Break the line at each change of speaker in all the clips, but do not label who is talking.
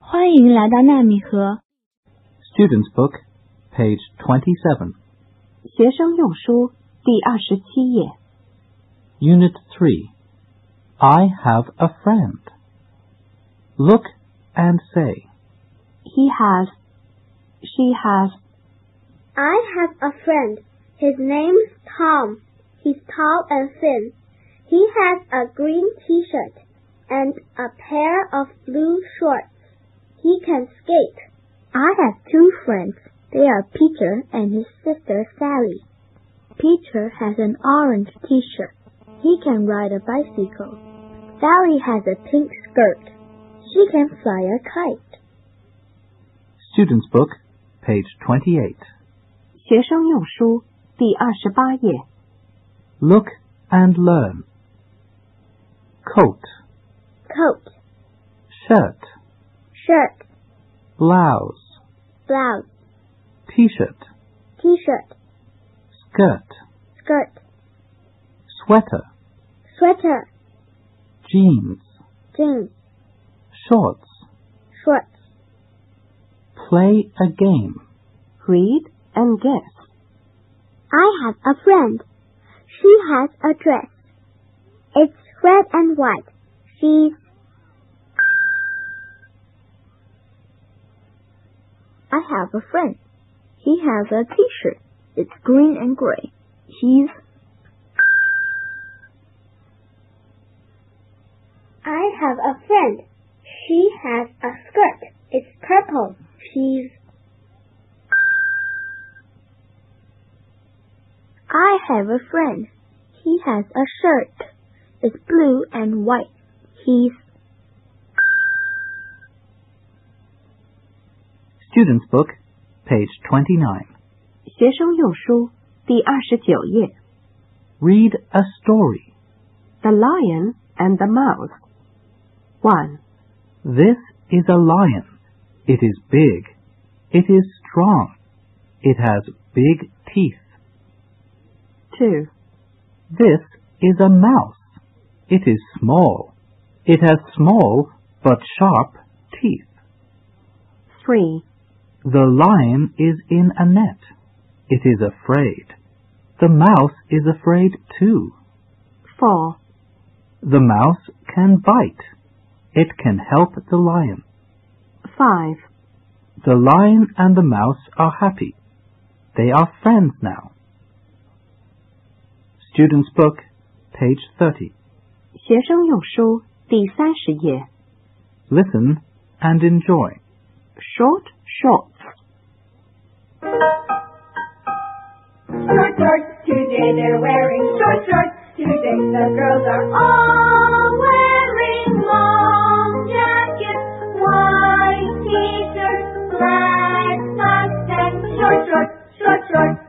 欢迎来到纳米盒
Student Book, page 27,
学生用书第二十七页。
Unit 3. I have a friend. Look and say,
He has, she has,
I have a friend. His name's Tom. He's tall and thin. He has a green t-shirt and a pair of blue shorts. He can skate. I have two friends. They are Peter and his sister Sally. Peter has an orange t-shirt. He can ride a bicycle. Sally has a pink skirt. She can fly a kite.
Student Book, page 28.
学生用书第二十八页。
Look and learn. Coat,
Coat,
shirt,
shirt,
blouse,
blouse,
t-shirt,
t-shirt,
skirt,
skirt,
sweater,
sweater,
jeans,
jeans,
shorts.
shorts.
Play a game.
Read and guess.
I have a friend. She has a dress. It's red and white. She's. I have a friend. He has a t-shirt. It's green and gray. He's. I have a friend. She has a skirt. It's purple. She's. I have a friend. He has a shirt. It's blue and white. He's
Student Book, page 29.
学生用书第二十九页。
Read a story.
The Lion and the Mouse. One.
This is a lion. It is big. It is strong. It has big teeth.
Two.
This is a mouse. It is small. It has small but sharp teeth.
Three.
The lion is in a net. It is afraid. The mouse is afraid too.
Four.
The mouse can bite. It can help the lion.
Five.
The lion and the mouse are happy. They are friends now. Student's Book, page 30.
学生用书第三十页。
Listen and enjoy.
Short shorts.
Short shorts, today they're wearing short shorts. Today the girls are all wearing long jackets, white t-shirts, black socks, and short shorts, short shorts,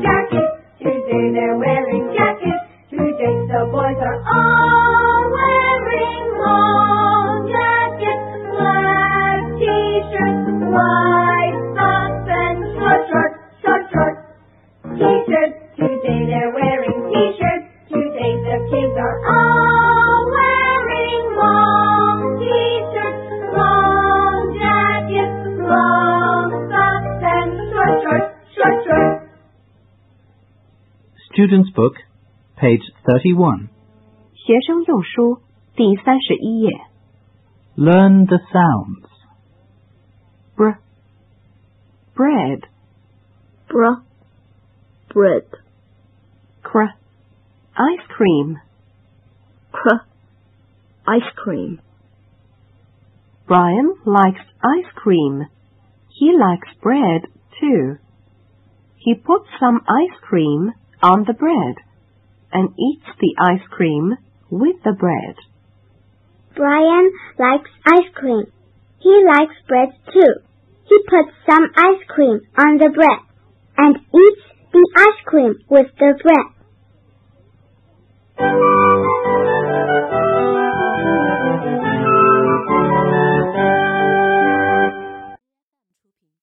jackets. Today they're wearing jackets. Today the boys are all wearing long jackets, black t-shirts, white socks, and short shorts, short shorts. T-shirts. Today they're wearing t-shirts. Today the kids are all wearing long t-shirts, long jackets, long socks, and short shorts, short shorts.
Student's Book, page 31.
学生用书第三十一页。
Learn the sounds.
Br. Bread.
bruh, bread,
Cr. Ice cream.
cr, ice cream.
Brian likes ice cream. He likes bread too. He puts some ice cream on the bread and eats the ice cream with the bread.
Brian likes ice cream. He likes bread too. He puts some ice cream on the bread and eats the ice cream with the bread.